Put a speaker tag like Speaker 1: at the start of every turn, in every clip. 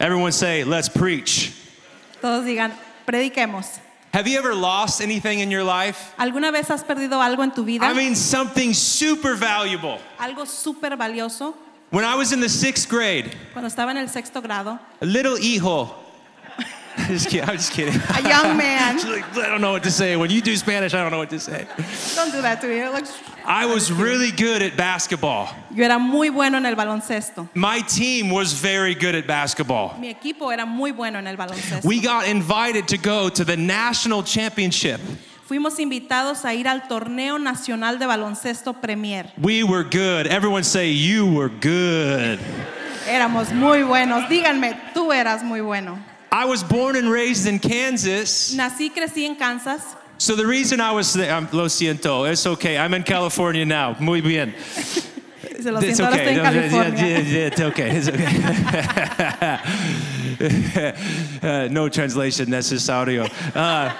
Speaker 1: Everyone say, let's preach.
Speaker 2: Todos digan, prediquemos.
Speaker 1: Have you ever lost anything in your life?
Speaker 2: ¿Alguna vez has perdido algo en tu vida?
Speaker 1: I mean, something super valuable.
Speaker 2: algo súper valioso.
Speaker 1: When I was in the sixth grade,
Speaker 2: Cuando estaba en el sexto grado,
Speaker 1: a little hijo. just kidding, I'm just kidding.
Speaker 2: a young man,
Speaker 1: She's like, I don't know what to say. When you do Spanish, I don't know what to say.
Speaker 2: don't do that to me. Like,
Speaker 1: I was really good at basketball.
Speaker 2: Yo era muy bueno en el baloncesto.
Speaker 1: My team was very good at basketball.
Speaker 2: Mi equipo era muy bueno en el baloncesto.
Speaker 1: We got invited to go to the national championship.
Speaker 2: Fuimos invitados a ir al torneo nacional de baloncesto Premier.
Speaker 1: We were good. Everyone say, You were good.
Speaker 2: Éramos muy buenos. Díganme, tú eras muy bueno.
Speaker 1: I was born and raised in Kansas.
Speaker 2: Nací y crecí en Kansas.
Speaker 1: So the reason I was there, I'm, lo siento, it's okay. I'm in California now. Muy bien.
Speaker 2: Se lo
Speaker 1: It's
Speaker 2: siento, ahora
Speaker 1: okay.
Speaker 2: estoy en California.
Speaker 1: Yeah, yeah, yeah, it's okay. It's okay. Uh, no translation necesario. Uh,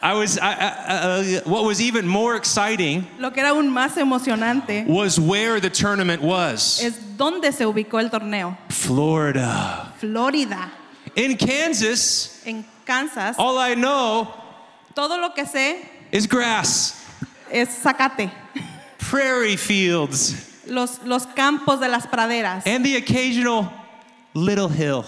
Speaker 1: I was. I, I, I, what was even more exciting
Speaker 2: Lo que era aún más emocionante
Speaker 1: was where the tournament was.
Speaker 2: es dónde se ubicó el torneo.
Speaker 1: Florida.
Speaker 2: Florida,
Speaker 1: In Kansas,
Speaker 2: en Kansas.
Speaker 1: all I know
Speaker 2: Todo lo que sé
Speaker 1: is grass,
Speaker 2: es zacate.
Speaker 1: prairie fields,
Speaker 2: Los, los campos de las praderas
Speaker 1: and the occasional little hill.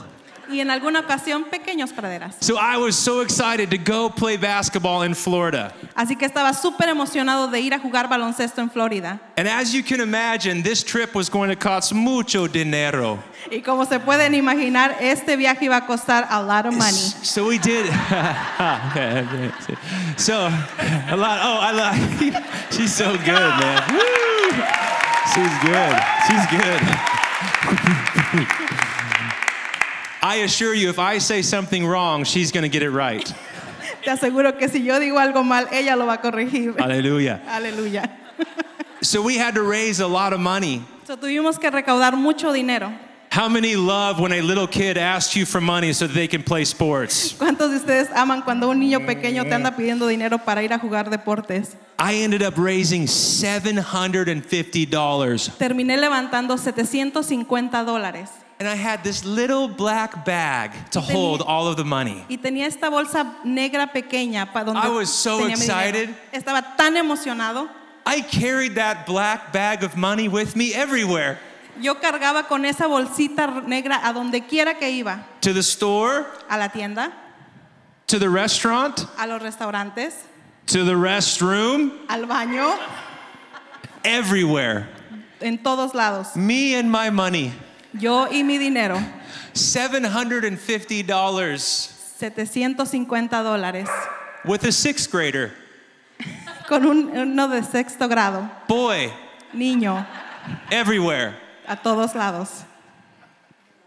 Speaker 2: y en alguna ocasión pequeños praderas.
Speaker 1: So I was so excited to go play basketball in Florida.
Speaker 2: Así que estaba súper emocionado de ir a jugar baloncesto en Florida.
Speaker 1: And as you can imagine, this trip was going to cost mucho dinero.
Speaker 2: Y como se pueden imaginar, este viaje iba a costar a lot of money.
Speaker 1: So we did. so a lot. Oh, I love. She's so good, man. Woo! She's good. She's good. I assure you, if I say something wrong, she's going to get it right.
Speaker 2: Te aseguro que si yo digo algo mal, ella lo va a corregir.
Speaker 1: Hallelujah.
Speaker 2: Aleluya.
Speaker 1: So we had to raise a lot of money.
Speaker 2: So, tuvimos que recaudar mucho dinero.
Speaker 1: How many love when a little kid asks you for money so that they can play sports?
Speaker 2: ¿Cuántos de ustedes aman cuando un niño pequeño te anda pidiendo dinero para ir a jugar deportes?
Speaker 1: I ended up raising $750.
Speaker 2: Terminé levantando 750 dólares
Speaker 1: And I had this little black bag to hold all of the money.
Speaker 2: y tenía esta bolsa negra pequeña para donde
Speaker 1: I was so
Speaker 2: tenía mi dinero.
Speaker 1: excited.
Speaker 2: Estaba tan emocionado.
Speaker 1: I carried that black bag of money with me everywhere
Speaker 2: Yo cargaba con esa bolsita negra a donde quiera que iba,
Speaker 1: to the store,
Speaker 2: a la tienda,
Speaker 1: to the restaurant,
Speaker 2: a los restaurantes,
Speaker 1: to the restroom,
Speaker 2: al baño,
Speaker 1: everywhere.
Speaker 2: en todos lados.
Speaker 1: Me and my money.
Speaker 2: Yo y mi dinero,
Speaker 1: $750
Speaker 2: 750 dólares,
Speaker 1: with a sixth grader.
Speaker 2: con un, uno de sexto grado,
Speaker 1: Boy,
Speaker 2: niño,
Speaker 1: everywhere.
Speaker 2: a todos lados.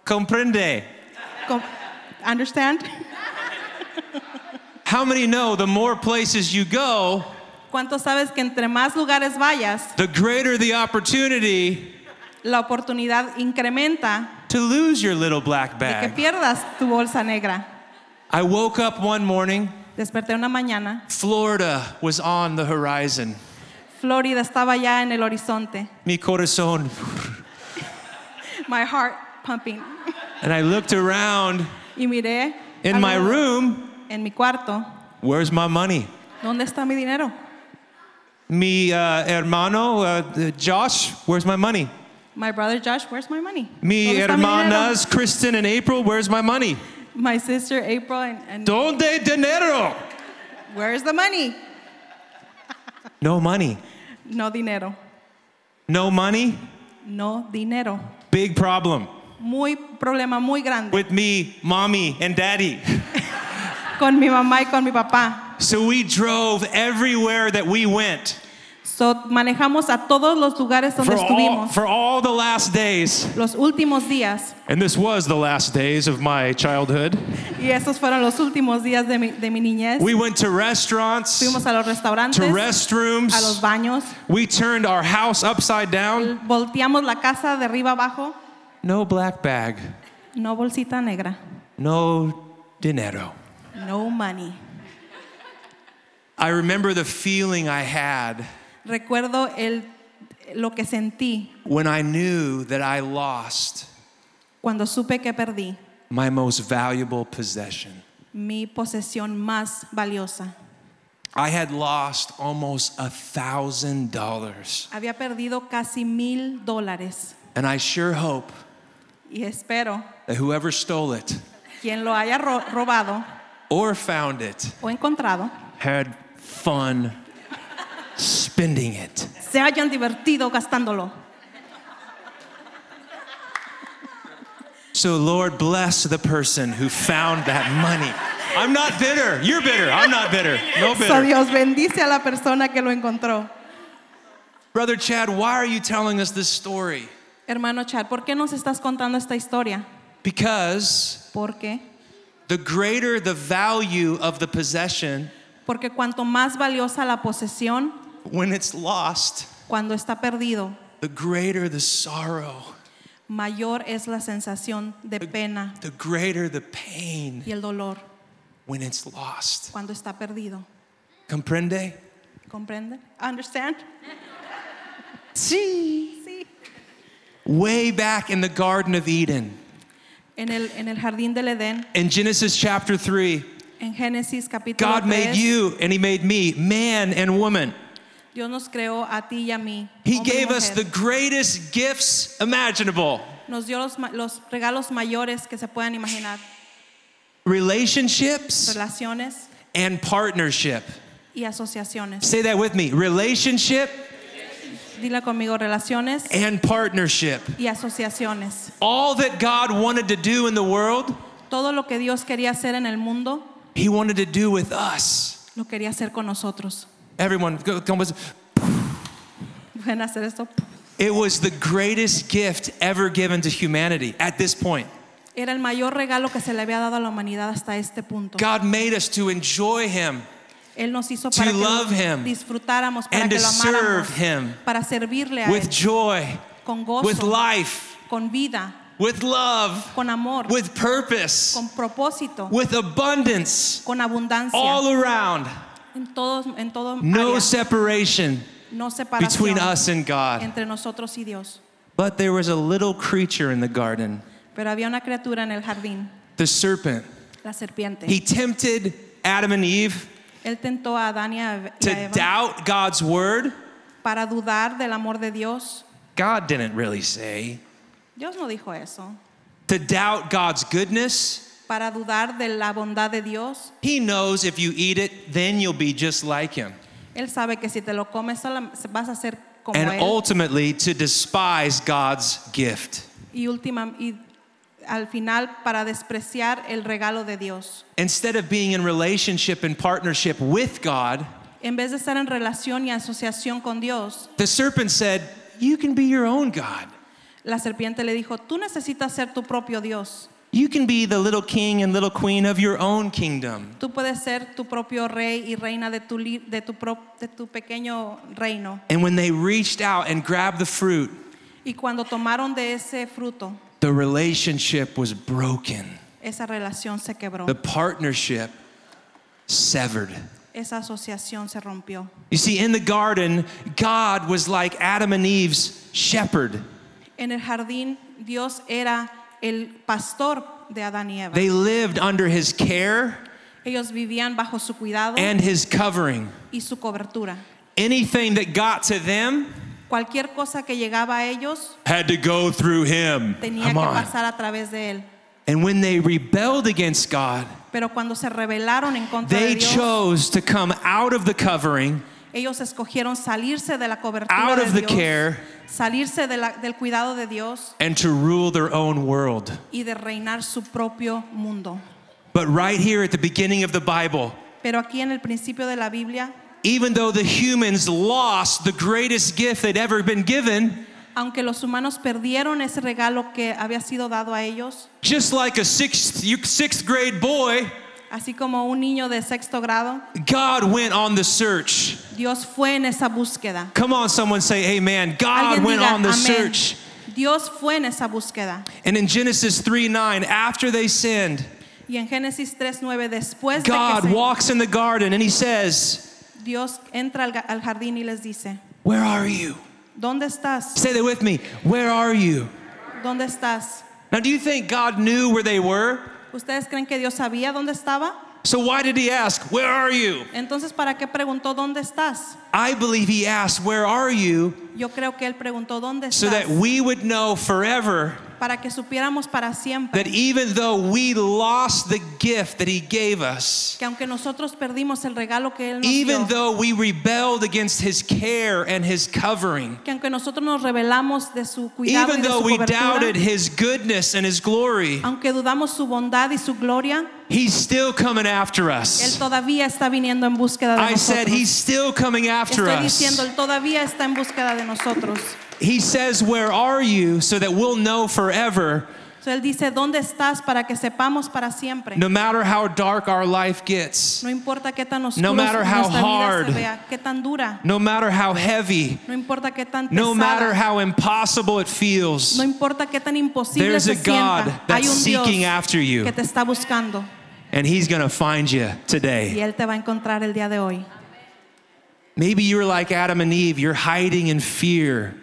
Speaker 1: Comprende.
Speaker 2: Com- Understand?
Speaker 1: How many know the more places you go,
Speaker 2: ¿Cuánto sabes que entre más lugares vayas,
Speaker 1: the greater the opportunity
Speaker 2: la oportunidad incrementa
Speaker 1: to lose your little black
Speaker 2: de que
Speaker 1: bag?
Speaker 2: pierdas tu bolsa negra?
Speaker 1: I woke up one morning,
Speaker 2: Desperté una mañana,
Speaker 1: Florida was on the horizon.
Speaker 2: Florida estaba ya en el horizonte.
Speaker 1: Mi corazón.
Speaker 2: My heart pumping.
Speaker 1: And I looked around
Speaker 2: Y miré
Speaker 1: in my
Speaker 2: alrededor,
Speaker 1: room,
Speaker 2: en mi cuarto,
Speaker 1: where's my money?
Speaker 2: ¿dónde está mi dinero?
Speaker 1: Mi uh, hermano, uh, Josh, where's my money?
Speaker 2: My brother Josh, where's my money?
Speaker 1: Mi
Speaker 2: ¿Dónde está mi dinero?
Speaker 1: hermanas, Kristen and April, where's my money?
Speaker 2: My sister April and, and-
Speaker 1: Donde dinero?
Speaker 2: where's the money?
Speaker 1: No money.
Speaker 2: No dinero.
Speaker 1: No money,
Speaker 2: No dinero.
Speaker 1: big problem.
Speaker 2: Muy problema muy grande
Speaker 1: With me, mommy, and daddy.
Speaker 2: con mi mamá y con mi papá.
Speaker 1: So we drove everywhere that we went
Speaker 2: So, manejamos a todos los lugares donde
Speaker 1: for all,
Speaker 2: estuvimos.
Speaker 1: for all the last days.
Speaker 2: los últimos días
Speaker 1: And this was the last days of my childhood.
Speaker 2: y esos fueron los últimos días de mi, de mi niñez.
Speaker 1: We went to restaurants,
Speaker 2: Fuimos a los
Speaker 1: to
Speaker 2: restaurantes, a los
Speaker 1: restrooms.
Speaker 2: baños,
Speaker 1: We turned our house upside down.
Speaker 2: volteamos la casa de arriba abajo,
Speaker 1: No black bag,
Speaker 2: no bolsita negra,
Speaker 1: no dinero.
Speaker 2: no money.
Speaker 1: I remember the feeling I had
Speaker 2: Recuerdo el, lo que sentí
Speaker 1: when I knew that I lost
Speaker 2: cuando supe que perdí
Speaker 1: my most valuable possession.
Speaker 2: mi posesión más valiosa.
Speaker 1: I had lost almost a thousand dollars,
Speaker 2: Había perdido casi mil dólares
Speaker 1: and I sure hope
Speaker 2: y espero
Speaker 1: that whoever stole it
Speaker 2: quien lo haya ro- robado
Speaker 1: or found it
Speaker 2: o encontrado
Speaker 1: had fun spending it.
Speaker 2: se hayan divertido gastándolo.
Speaker 1: So, Lord, bless the person who found that money. I'm not bitter. You're bitter. I'm not bitter. No
Speaker 2: So
Speaker 1: bitter.
Speaker 2: Dios bendice a la persona que lo encontró.
Speaker 1: Brother Chad, why are you telling us this story?
Speaker 2: Hermano Chad, ¿por qué nos estás contando esta historia?
Speaker 1: Because
Speaker 2: ¿Por qué?
Speaker 1: the greater the value of the possession,
Speaker 2: Porque cuanto más valiosa la posesión,
Speaker 1: when it's lost,
Speaker 2: cuando está perdido,
Speaker 1: the greater the sorrow,
Speaker 2: mayor es la sensación de pena
Speaker 1: the greater the pain
Speaker 2: y el dolor
Speaker 1: when it's lost.
Speaker 2: cuando está perdido.
Speaker 1: Comprende?
Speaker 2: ¿Comprende? Understand?
Speaker 1: See.
Speaker 2: Sí.
Speaker 1: Way back in the Garden of Eden,
Speaker 2: En el, en el jardín del Edén,
Speaker 1: in Genesis chapter 3,
Speaker 2: en Génesis capítulo
Speaker 1: God made
Speaker 2: 3,
Speaker 1: you and He made me, man and woman.
Speaker 2: Dios nos creó a ti y a mí.
Speaker 1: He
Speaker 2: hombre y
Speaker 1: gave us the
Speaker 2: mujer.
Speaker 1: greatest gifts imaginable
Speaker 2: Nos dio los, ma- los regalos mayores que se puedan imaginar,
Speaker 1: relationships
Speaker 2: relaciones
Speaker 1: and partnership.
Speaker 2: y asociaciones.
Speaker 1: Say that with me relationship
Speaker 2: Dile conmigo, relaciones
Speaker 1: and partnership.
Speaker 2: y asociaciones.
Speaker 1: All that God wanted to do in the world,
Speaker 2: Todo lo que Dios quería hacer en el mundo,
Speaker 1: He wanted to do with us.
Speaker 2: lo quería hacer con nosotros.
Speaker 1: Everyone, go, come with
Speaker 2: Pueden hacer esto.
Speaker 1: It was the greatest gift ever given to humanity at this point.
Speaker 2: Era el mayor regalo que se le había dado a la humanidad hasta este punto.
Speaker 1: God made us to enjoy Him
Speaker 2: Él nos hizo
Speaker 1: to
Speaker 2: para que
Speaker 1: love
Speaker 2: lo
Speaker 1: him
Speaker 2: disfrutáramos, para
Speaker 1: and
Speaker 2: que
Speaker 1: to
Speaker 2: lo
Speaker 1: serve
Speaker 2: amáramos,
Speaker 1: Him
Speaker 2: para servirle a
Speaker 1: with
Speaker 2: Él
Speaker 1: joy,
Speaker 2: con
Speaker 1: with
Speaker 2: gozo,
Speaker 1: life,
Speaker 2: con vida,
Speaker 1: with love,
Speaker 2: con amor,
Speaker 1: with purpose,
Speaker 2: con propósito,
Speaker 1: with abundance
Speaker 2: con abundancia,
Speaker 1: all around.
Speaker 2: en todos en todo
Speaker 1: No
Speaker 2: área,
Speaker 1: separation
Speaker 2: no separación
Speaker 1: between us and God.
Speaker 2: entre nosotros y Dios.
Speaker 1: But there was a little creature in the garden,
Speaker 2: Pero había una criatura en el jardín,
Speaker 1: the serpent.
Speaker 2: la serpiente.
Speaker 1: He tempted Adam and Eve
Speaker 2: Él tentó a Adán y a Eve- y a
Speaker 1: to
Speaker 2: Eva
Speaker 1: doubt God's word.
Speaker 2: para dudar del amor de Dios.
Speaker 1: God didn't really say.
Speaker 2: Dios no dijo eso.
Speaker 1: To doubt God's goodness.
Speaker 2: Para dudar de la bondad de Dios.
Speaker 1: He knows if you eat it, then you'll be just like him.
Speaker 2: Él sabe que si te lo comes sola- vas a ser como
Speaker 1: And
Speaker 2: él
Speaker 1: ultimately, to despise God's gift.
Speaker 2: y última y al final para despreciar el regalo de Dios.
Speaker 1: Instead of being in relationship and partnership with God,
Speaker 2: En vez de estar en relación y asociación con Dios,
Speaker 1: the serpent said, You can be your own God.
Speaker 2: la serpiente le dijo, "Tú necesitas ser tu propio Dios.
Speaker 1: You can be the little king and little queen of your own kingdom.
Speaker 2: Tú puedes ser tu propio rey y reina de tu li- de tu pro- de tu pequeño reino."
Speaker 1: And when they reached out and grabbed the fruit,
Speaker 2: Y cuando tomaron de ese fruto,
Speaker 1: the relationship was broken,
Speaker 2: esa relación se quebró,
Speaker 1: the partnership severed.
Speaker 2: esa asociación se rompió.
Speaker 1: You see, in the garden, God was like Adam and Eve's shepherd.
Speaker 2: En el jardín Dios era el pastor de Adán y Eva.
Speaker 1: They lived under his care
Speaker 2: Ellos vivían bajo su cuidado
Speaker 1: and his covering.
Speaker 2: y su cobertura.
Speaker 1: Anything that got to them
Speaker 2: Cualquier cosa que llegaba a ellos
Speaker 1: had to go through him.
Speaker 2: tenía
Speaker 1: Come
Speaker 2: que
Speaker 1: on.
Speaker 2: pasar a través de él.
Speaker 1: And when they rebelled against God,
Speaker 2: Pero cuando se rebelaron en contra de
Speaker 1: they
Speaker 2: Dios,
Speaker 1: chose to come out of the covering,
Speaker 2: ellos escogieron salirse de la cobertura
Speaker 1: out
Speaker 2: de
Speaker 1: of the
Speaker 2: Dios,
Speaker 1: care,
Speaker 2: salirse de la- del cuidado de Dios
Speaker 1: and to rule their own world.
Speaker 2: y de reinar su propio mundo.
Speaker 1: But right here at the beginning of the Bible,
Speaker 2: Pero aquí en el principio de la Biblia
Speaker 1: even though the humans lost the greatest gift they'd ever been given,
Speaker 2: Aunque los humanos perdieron ese regalo que había sido dado a ellos,
Speaker 1: just like a sixth, you- sixth grade boy,
Speaker 2: así como un niño de sexto grado,
Speaker 1: God went on the search.
Speaker 2: Dios fue en esa búsqueda.
Speaker 1: Come on, someone say amen. God
Speaker 2: Alguien
Speaker 1: Ah, went
Speaker 2: diga,
Speaker 1: on the
Speaker 2: amén.
Speaker 1: search.
Speaker 2: Dios fue en esa búsqueda.
Speaker 1: And in Genesis 3 9, after they sinned,
Speaker 2: Y en Génesis 3:9 después de
Speaker 1: God
Speaker 2: que se-
Speaker 1: walks in the garden and he says,
Speaker 2: Dios entra al, ga- al jardín y les dice,
Speaker 1: Where are you?
Speaker 2: "¿Dónde estás?
Speaker 1: Say that with me. Where are you?
Speaker 2: ¿Dónde estás?"
Speaker 1: Now, do you think God knew where they were?
Speaker 2: ¿Ustedes creen que Dios sabía dónde estaba?
Speaker 1: So why did he ask, Where are you?
Speaker 2: Entonces, ¿para qué preguntó dónde estás?
Speaker 1: I believe he asked, Where are you?
Speaker 2: Yo creo que él preguntó dónde
Speaker 1: so
Speaker 2: estás
Speaker 1: that we would know forever
Speaker 2: para que supiéramos para siempre
Speaker 1: that even though we lost the gift that he gave us,
Speaker 2: que aunque nosotros perdimos el regalo que él nos
Speaker 1: even
Speaker 2: dio,
Speaker 1: though we rebelled against his care and his covering,
Speaker 2: que aunque nosotros nos rebelamos de su cuidado y
Speaker 1: even
Speaker 2: de
Speaker 1: though
Speaker 2: su
Speaker 1: we
Speaker 2: cobertura,
Speaker 1: doubted his goodness and his glory,
Speaker 2: aunque dudamos su bondad y su gloria,
Speaker 1: he's still coming after
Speaker 2: él
Speaker 1: us.
Speaker 2: todavía está viniendo en búsqueda de
Speaker 1: I
Speaker 2: nosotros.
Speaker 1: said, He's still coming after
Speaker 2: Estoy diciendo,
Speaker 1: us.
Speaker 2: él todavía está en búsqueda de nosotros.
Speaker 1: He says, Where are you? so that we'll know forever,
Speaker 2: So, él dice, ¿dónde estás para que sepamos para siempre?
Speaker 1: no matter how dark our life gets,
Speaker 2: No importa qué tan oscuro
Speaker 1: No matter how
Speaker 2: nuestra vida
Speaker 1: hard.
Speaker 2: se vea, qué tan dura,
Speaker 1: no matter how heavy,
Speaker 2: no importa qué tan pesada,
Speaker 1: no matter how impossible it
Speaker 2: no
Speaker 1: feels,
Speaker 2: importa qué tan imposible
Speaker 1: there's
Speaker 2: se
Speaker 1: a God
Speaker 2: sienta, hay
Speaker 1: that's
Speaker 2: un Dios
Speaker 1: seeking after you,
Speaker 2: que te está buscando
Speaker 1: and He's going to find you
Speaker 2: y
Speaker 1: today.
Speaker 2: él te va a encontrar el día de hoy.
Speaker 1: Maybe you're like Adam and Eve, you're hiding in fear.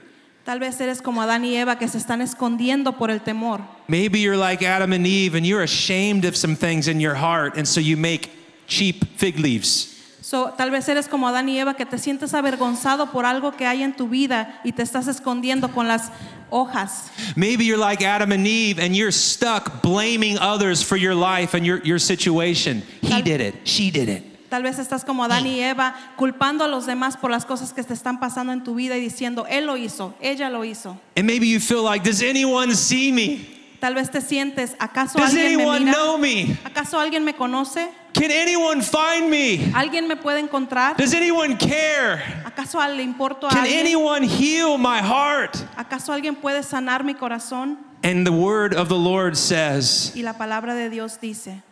Speaker 2: Tal vez eres como Adán y Eva que se están escondiendo por el temor.
Speaker 1: Maybe you're like Adam and Eve and you're ashamed of some things in your heart, and so you make cheap fig leaves.
Speaker 2: So, tal vez eres como Adán y Eva que te sientes avergonzado por algo que hay en tu vida y te estás escondiendo con las hojas.
Speaker 1: Maybe you're like Adam and Eve and you're stuck blaming others for your life and your, your situation. He
Speaker 2: Tal-
Speaker 1: did it. She did it.
Speaker 2: Tal vez estás como Adán y Eva culpando a los demás por las cosas que te están pasando en tu vida y diciendo, él lo hizo, ella lo hizo.
Speaker 1: And maybe you feel like, does anyone see me?
Speaker 2: Tal vez te sientes, ¿acaso
Speaker 1: Does
Speaker 2: alguien me
Speaker 1: anyone
Speaker 2: mira?
Speaker 1: know me?
Speaker 2: ¿Acaso alguien me conoce?
Speaker 1: Can anyone find me?
Speaker 2: ¿Alguien me puede encontrar?
Speaker 1: Does anyone care?
Speaker 2: ¿Acaso le importo a
Speaker 1: Can
Speaker 2: alguien?
Speaker 1: anyone heal my heart?
Speaker 2: ¿Acaso alguien puede sanar mi corazón?
Speaker 1: And the word of the Lord says,
Speaker 2: Y la palabra de Dios dice,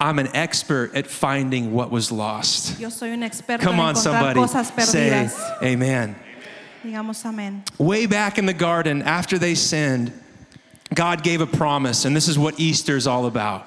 Speaker 1: I'm an expert at finding what was lost.
Speaker 2: yo soy un experto
Speaker 1: Come
Speaker 2: en
Speaker 1: on,
Speaker 2: encontrar
Speaker 1: somebody.
Speaker 2: cosas
Speaker 1: Say
Speaker 2: perdidas.
Speaker 1: amen.
Speaker 2: Digamos amén.
Speaker 1: Way back in the garden, after they sinned, God gave a promise, and this is what Easter's all about.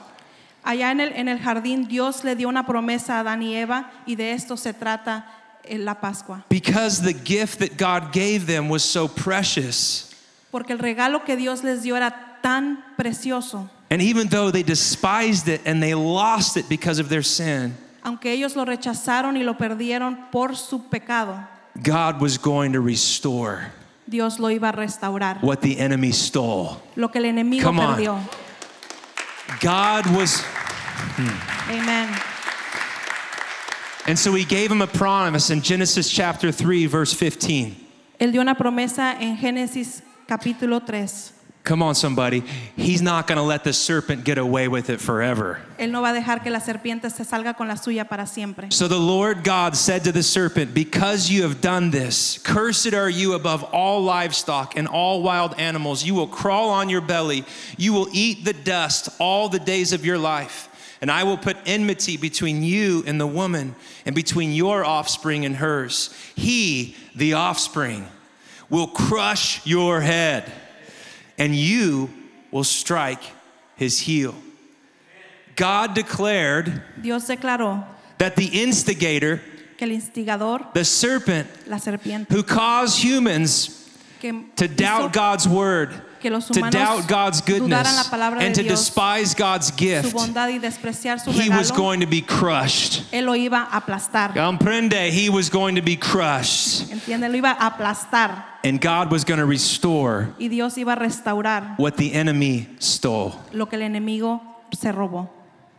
Speaker 2: Allá en el, en el jardín Dios le dio una promesa a Adán y Eva y de esto se trata en la Pascua.
Speaker 1: Because the gift that God gave them was so precious,
Speaker 2: Porque el regalo que Dios les dio era tan precioso.
Speaker 1: and even though they despised it and they lost it because of their sin,
Speaker 2: Aunque ellos lo rechazaron y lo perdieron por su pecado,
Speaker 1: God was going to restore
Speaker 2: Dios lo iba a restaurar.
Speaker 1: what the enemy stole.
Speaker 2: Lo que el enemigo
Speaker 1: Come on.
Speaker 2: perdió.
Speaker 1: God was,
Speaker 2: Amén.
Speaker 1: and so He gave him a promise in Genesis chapter 3, verse 15.
Speaker 2: Él dio una promesa en Génesis capítulo 3.
Speaker 1: Come on, somebody. He's not going to let the serpent get away with it forever.
Speaker 2: Él no va a dejar que la serpiente se salga con la suya para siempre.
Speaker 1: So the Lord God said to the serpent, Because you have done this, cursed are you above all livestock and all wild animals. You will crawl on your belly, you will eat the dust all the days of your life. And I will put enmity between you and the woman, and between your offspring and hers. He, the offspring, will crush your head, and you will strike his heel. God declared
Speaker 2: Dios declaró
Speaker 1: that the instigator,
Speaker 2: que el instigador,
Speaker 1: the serpent
Speaker 2: la serpiente,
Speaker 1: who caused humans
Speaker 2: que,
Speaker 1: to
Speaker 2: hizo
Speaker 1: doubt God's word,
Speaker 2: que los
Speaker 1: to doubt
Speaker 2: humanos
Speaker 1: God's
Speaker 2: dudaran la
Speaker 1: goodness,
Speaker 2: palabra
Speaker 1: and
Speaker 2: de
Speaker 1: to
Speaker 2: Dios,
Speaker 1: despise God's
Speaker 2: su
Speaker 1: gift,
Speaker 2: bondad y despreciar su
Speaker 1: he was
Speaker 2: regalo,
Speaker 1: going to be crushed.
Speaker 2: él lo iba a aplastar.
Speaker 1: Comprende, he was going to be crushed.
Speaker 2: Entiende, lo iba a aplastar
Speaker 1: And God was going to restore
Speaker 2: y Dios iba a restaurar
Speaker 1: what the enemy stole.
Speaker 2: lo que el enemigo se robó.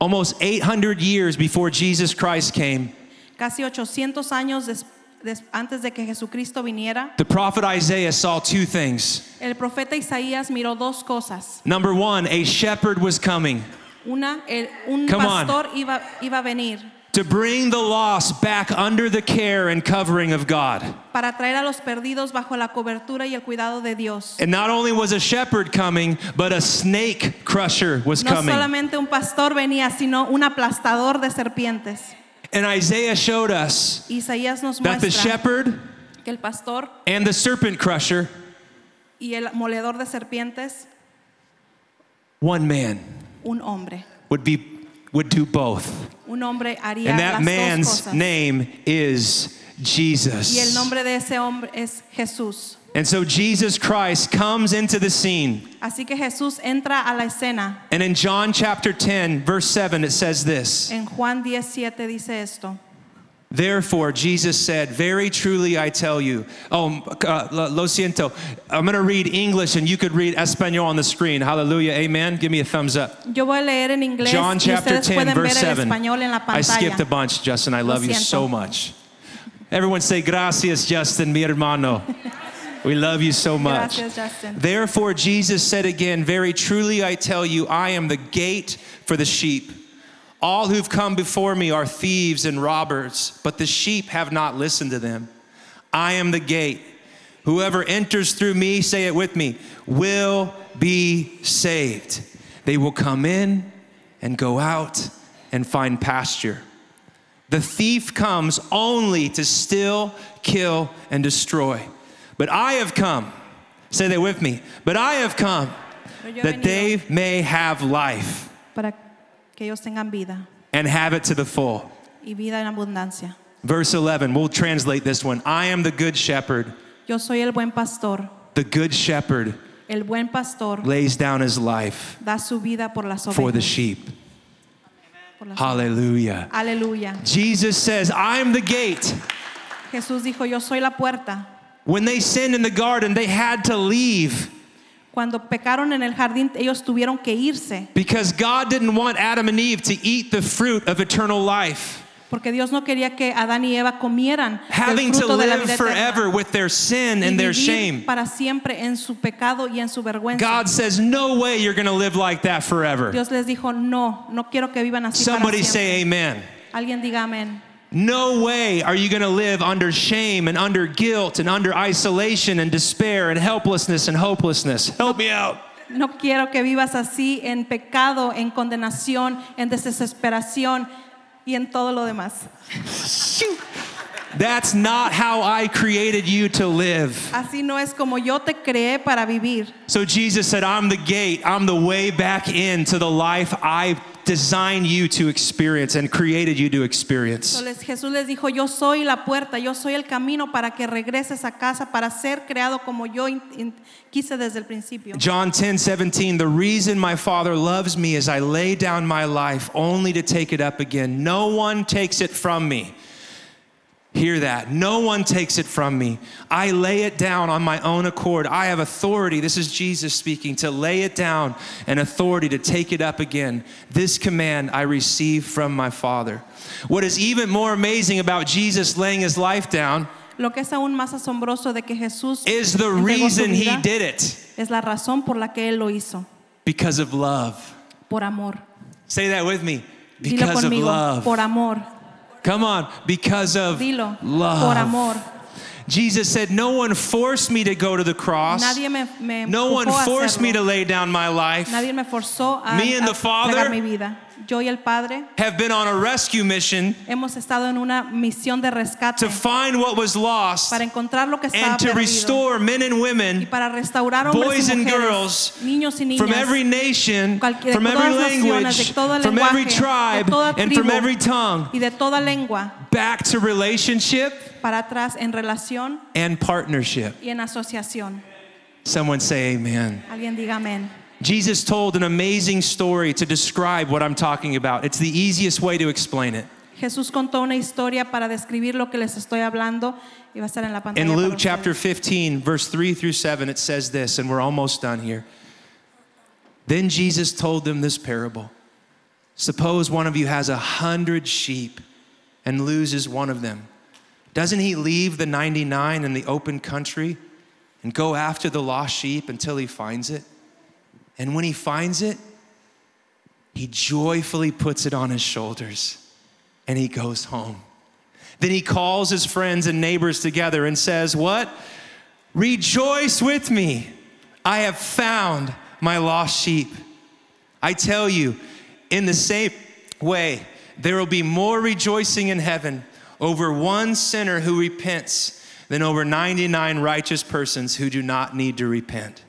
Speaker 1: Almost 800 years before Jesus Christ came,
Speaker 2: Casi 800 años des- des- antes de que Jesucristo viniera,
Speaker 1: the prophet Isaiah saw two things.
Speaker 2: el profeta Isaías miró dos cosas.
Speaker 1: Number one, a shepherd was coming
Speaker 2: Una, el- un
Speaker 1: Come on.
Speaker 2: pastor iba, iba a venir
Speaker 1: to bring the lost back under the care and covering of God.
Speaker 2: para traer a los perdidos bajo la cobertura y el cuidado de Dios.
Speaker 1: And not only was a shepherd coming, but a snake crusher was
Speaker 2: No
Speaker 1: coming.
Speaker 2: solamente un pastor venía, sino un aplastador de serpientes.
Speaker 1: And Isaiah showed us
Speaker 2: Isaías nos
Speaker 1: that the
Speaker 2: muestra
Speaker 1: shepherd
Speaker 2: que el pastor
Speaker 1: and the serpent crusher,
Speaker 2: y el moledor de serpientes,
Speaker 1: one man,
Speaker 2: un hombre.
Speaker 1: would be would do both.
Speaker 2: Un hombre haría
Speaker 1: And that
Speaker 2: las dos
Speaker 1: man's
Speaker 2: cosas.
Speaker 1: name is
Speaker 2: Y el
Speaker 1: Jesus.
Speaker 2: nombre de ese hombre es Jesús.
Speaker 1: And so Jesus Christ comes into the scene.
Speaker 2: Así que Jesús entra a la escena.
Speaker 1: And in John chapter 10, verse 7, it says this
Speaker 2: En Juan 17 dice esto.
Speaker 1: Therefore, Jesus said, Very truly I tell you. Oh, uh, lo lo siento. I'm going to read English and you could read Espanol on the screen. Hallelujah. Amen. Give me a thumbs up.
Speaker 2: Yo voy a leer en inglés
Speaker 1: John
Speaker 2: y
Speaker 1: chapter
Speaker 2: ustedes
Speaker 1: 10,
Speaker 2: pueden ver
Speaker 1: verse
Speaker 2: el
Speaker 1: 7.
Speaker 2: español en la
Speaker 1: I
Speaker 2: pantalla.
Speaker 1: skipped a bunch, Justin. I love you
Speaker 2: siento.
Speaker 1: so much. Everyone say, Gracias, Justin, mi hermano. We love you so much.
Speaker 2: Gracias, Justin.
Speaker 1: Therefore, Jesus said again, Very truly I tell you, I am the gate for the sheep. All who've come before me are thieves and robbers, but the sheep have not listened to them. I am the gate. Whoever enters through me, say it with me, will be saved. They will come in and go out and find pasture. The thief comes only to steal, kill, and destroy. But I have come, say that with me, but I have come
Speaker 2: Pero yo he
Speaker 1: that
Speaker 2: venido
Speaker 1: they may have life
Speaker 2: para que ellos tengan vida
Speaker 1: and have it to the full.
Speaker 2: y vida en abundancia.
Speaker 1: Verse 11, we'll translate this one. I am the good shepherd.
Speaker 2: Yo soy el buen pastor.
Speaker 1: The good shepherd
Speaker 2: El buen pastor
Speaker 1: lays down his life
Speaker 2: da su vida por las
Speaker 1: for the
Speaker 2: ovejas.
Speaker 1: sheep.
Speaker 2: por las-
Speaker 1: Hallelujah.
Speaker 2: Aleluya.
Speaker 1: Jesus says, I'm the gate.
Speaker 2: Jesús dijo, yo soy la puerta.
Speaker 1: When they sinned in the garden, they had to leave
Speaker 2: Cuando pecaron en el jardín, ellos tuvieron que irse,
Speaker 1: because God didn't want Adam and Eve to eat the fruit of eternal life.
Speaker 2: porque Dios no quería que Adán y Eva comieran del
Speaker 1: having to
Speaker 2: fruto de la
Speaker 1: live
Speaker 2: vida eterna
Speaker 1: forever with their sin
Speaker 2: y
Speaker 1: and their
Speaker 2: vivir
Speaker 1: shame.
Speaker 2: para siempre en su pecado y en su vergüenza.
Speaker 1: God says, No way you're going to live like that forever.
Speaker 2: Dios les dijo, no, no quiero que vivan así para
Speaker 1: Somebody
Speaker 2: siempre".
Speaker 1: say amen.
Speaker 2: Alguien diga amén.
Speaker 1: No way are you going to live under shame and under guilt and under isolation and despair and helplessness and hopelessness. Help me out.
Speaker 2: No quiero que vivas así en pecado, en condenación, en desesperación y en todo lo demás.
Speaker 1: That's not how I created you to live.
Speaker 2: Así no es como yo te creé para vivir.
Speaker 1: So Jesus said, I'm the gate, I'm the way back into the life I designed you to experience and created you to experience.
Speaker 2: Entonces Jesús les dijo, yo soy la puerta, yo soy el camino para que regreses a casa, para ser creado como yo in- in- quise desde el principio.
Speaker 1: John 10 17, the reason my Father loves me is I lay down my life only to take it up again. No one takes it from me. Hear that. No one takes it from me. I lay it down on my own accord. I have authority. This is Jesus speaking to lay it down and authority to take it up again. This command I receive from my Father. What is even more amazing about Jesus laying his life down
Speaker 2: Lo que es aún más asombroso de que Jesús
Speaker 1: is the
Speaker 2: entregó su
Speaker 1: reason he
Speaker 2: vida
Speaker 1: did it
Speaker 2: es la razón por la que Él lo hizo,
Speaker 1: because of love.
Speaker 2: por amor.
Speaker 1: Say that with me.
Speaker 2: Dilo
Speaker 1: Because of
Speaker 2: conmigo,
Speaker 1: love.
Speaker 2: por amor.
Speaker 1: Come on, because of
Speaker 2: Dilo,
Speaker 1: love.
Speaker 2: por amor.
Speaker 1: Jesus said, No one forced me to go to the cross.
Speaker 2: Nadie me, me
Speaker 1: no one
Speaker 2: empujó a
Speaker 1: forced me to
Speaker 2: hacerlo.
Speaker 1: lay down my life.
Speaker 2: Nadie me forzó a,
Speaker 1: Me and
Speaker 2: a
Speaker 1: the Father.
Speaker 2: entregar mi vida. Yo y el Padre
Speaker 1: Have been on a rescue mission
Speaker 2: hemos estado en una misión de rescate
Speaker 1: to find what was lost
Speaker 2: para encontrar lo que estaba
Speaker 1: and to
Speaker 2: perdido.
Speaker 1: restore men and
Speaker 2: y
Speaker 1: women
Speaker 2: para restaurar hombres
Speaker 1: Boys
Speaker 2: y
Speaker 1: and
Speaker 2: mujeres,
Speaker 1: girls
Speaker 2: niños y niñas
Speaker 1: from every nation,
Speaker 2: cualquier- de
Speaker 1: from every
Speaker 2: todas naciones, de
Speaker 1: language,
Speaker 2: todo
Speaker 1: from every
Speaker 2: lenguaje, de
Speaker 1: tribe,
Speaker 2: toda
Speaker 1: and from
Speaker 2: tribu.
Speaker 1: every tongue,
Speaker 2: y de toda lengua
Speaker 1: back to relationship
Speaker 2: para atrás en relación
Speaker 1: and partnership.
Speaker 2: y en asociación.
Speaker 1: Someone say, Amen.
Speaker 2: Alguien diga amén.
Speaker 1: Jesus told an amazing story to describe what I'm talking about. It's the easiest way to explain it.
Speaker 2: Jesús contó una historia para describir lo que les estoy hablando y va a estar en la pantalla.
Speaker 1: In
Speaker 2: para
Speaker 1: Luke
Speaker 2: ustedes.
Speaker 1: chapter 15, verse 3 through 7, it says this, and we're almost done here. Then Jesus told them this parable Suppose one of you has a hundred sheep and loses one of them. Doesn't he leave the 99 in the open country and go after the lost sheep until he finds it? And when he finds it, he joyfully puts it on his shoulders and he goes home. Then he calls his friends and neighbors together and says, What? Rejoice with me. I have found my lost sheep. I tell you, in the same way, there will be more rejoicing in heaven over one sinner who repents than over 99 righteous persons who do not need to repent.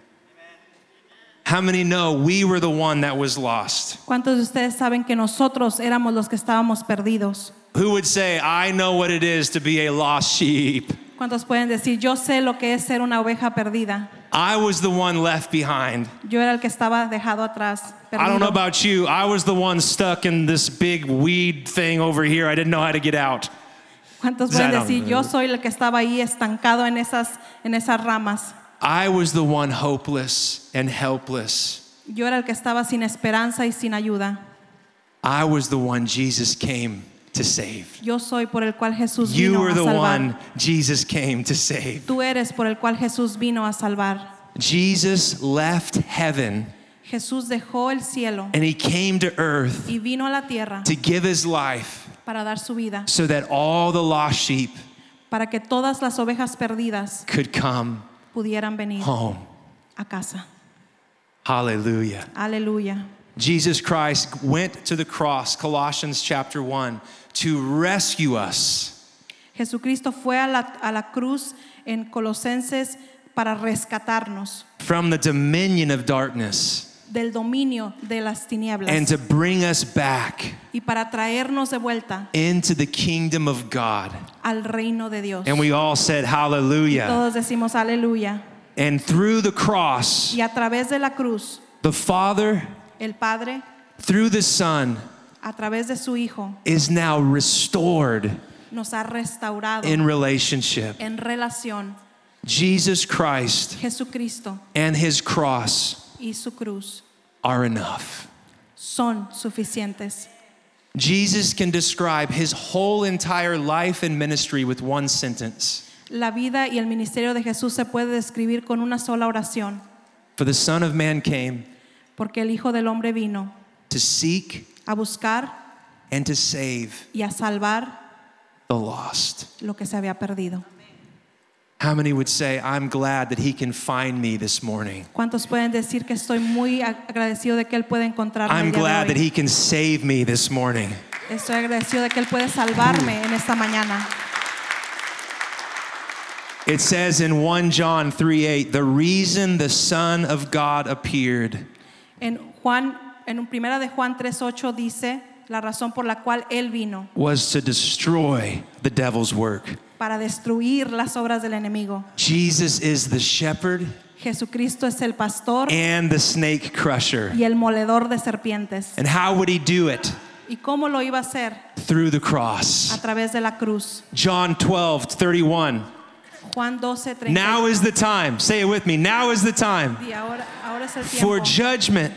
Speaker 1: How many know we were the one that was lost?
Speaker 2: ¿Cuántos de ustedes saben que nosotros éramos los que estábamos perdidos?
Speaker 1: Who would say, I know what it is to be a lost sheep?
Speaker 2: ¿Cuántos pueden decir, yo sé lo que es ser una oveja perdida?
Speaker 1: I was the one left behind.
Speaker 2: Yo era el que estaba dejado atrás.
Speaker 1: I don't know
Speaker 2: perdido.
Speaker 1: about you. I was the one stuck in this big weed thing over here. I didn't know how to get out.
Speaker 2: ¿Cuántos
Speaker 1: I
Speaker 2: pueden
Speaker 1: don't
Speaker 2: decir,
Speaker 1: know.
Speaker 2: yo soy el que estaba ahí estancado en esas, en esas ramas?
Speaker 1: I was the one hopeless and helpless.
Speaker 2: Yo era el que estaba sin esperanza y sin ayuda.
Speaker 1: I was the one Jesus came to save.
Speaker 2: Yo soy por el cual Jesús
Speaker 1: You
Speaker 2: vino
Speaker 1: were
Speaker 2: a
Speaker 1: the
Speaker 2: salvar.
Speaker 1: one Jesus came to save.
Speaker 2: Tú eres por el cual Jesús vino a salvar.
Speaker 1: Jesus left heaven
Speaker 2: Jesús dejó el cielo
Speaker 1: and he came to earth
Speaker 2: y vino a la tierra
Speaker 1: to give his life
Speaker 2: para dar su vida,
Speaker 1: so that all the lost sheep
Speaker 2: para que todas las ovejas perdidas
Speaker 1: could come
Speaker 2: pudieran venir
Speaker 1: home.
Speaker 2: a casa.
Speaker 1: Hallelujah.
Speaker 2: Aleluya.
Speaker 1: Jesus Christ went to the cross, Colossians chapter 1, to rescue us
Speaker 2: Jesucristo fue a la, a la cruz en Colosenses para rescatarnos
Speaker 1: from the dominion of darkness
Speaker 2: del dominio de las tinieblas
Speaker 1: and to bring us back
Speaker 2: y para traernos de vuelta
Speaker 1: into the kingdom of God.
Speaker 2: al reino de Dios.
Speaker 1: And we all said, Hallelujah.
Speaker 2: Todos decimos aleluya.
Speaker 1: And through the cross,
Speaker 2: Y a través de la cruz,
Speaker 1: the Father,
Speaker 2: el Padre,
Speaker 1: through the Son,
Speaker 2: a través de su Hijo,
Speaker 1: is now restored
Speaker 2: nos ha restaurado
Speaker 1: in relationship.
Speaker 2: en relación
Speaker 1: Jesus Christ
Speaker 2: Jesucristo
Speaker 1: and his cross
Speaker 2: y su cruz
Speaker 1: are enough.
Speaker 2: son suficientes.
Speaker 1: Jesus can describe his whole entire life and ministry with one sentence
Speaker 2: La vida y el ministerio de Jesús se puede describir con una sola oración,
Speaker 1: For the Son of Man came
Speaker 2: porque el Hijo del Hombre vino
Speaker 1: to seek
Speaker 2: a buscar
Speaker 1: and to save
Speaker 2: y a salvar
Speaker 1: the lost.
Speaker 2: lo que se había perdido.
Speaker 1: How many would say, I'm glad that he can find me this morning?
Speaker 2: ¿Cuántos pueden decir que estoy muy ag- agradecido de que Él puede encontrarme?
Speaker 1: I'm
Speaker 2: el día de
Speaker 1: glad
Speaker 2: hoy?
Speaker 1: that he can save me this morning.
Speaker 2: Estoy agradecido de que Él puede salvarme en esta mañana.
Speaker 1: It says in 1 John 3 8, the reason the Son of God appeared
Speaker 2: En Juan, en un- primera de Juan 3:8 dice la razón por la cual él vino
Speaker 1: was to destroy the devil's work.
Speaker 2: para destruir las obras del enemigo.
Speaker 1: Jesus is the shepherd
Speaker 2: Jesucristo es el pastor
Speaker 1: and the snake crusher.
Speaker 2: y el moledor de serpientes.
Speaker 1: And how would he do it?
Speaker 2: ¿Y cómo lo iba a hacer?
Speaker 1: Through the
Speaker 2: A
Speaker 1: cross.
Speaker 2: través de la cruz.
Speaker 1: John 12, 31.
Speaker 2: Juan 12:30.
Speaker 1: Now is the time. Say it with me. Now is the time
Speaker 2: Y ahora, ahora es el
Speaker 1: for
Speaker 2: tiempo
Speaker 1: judgment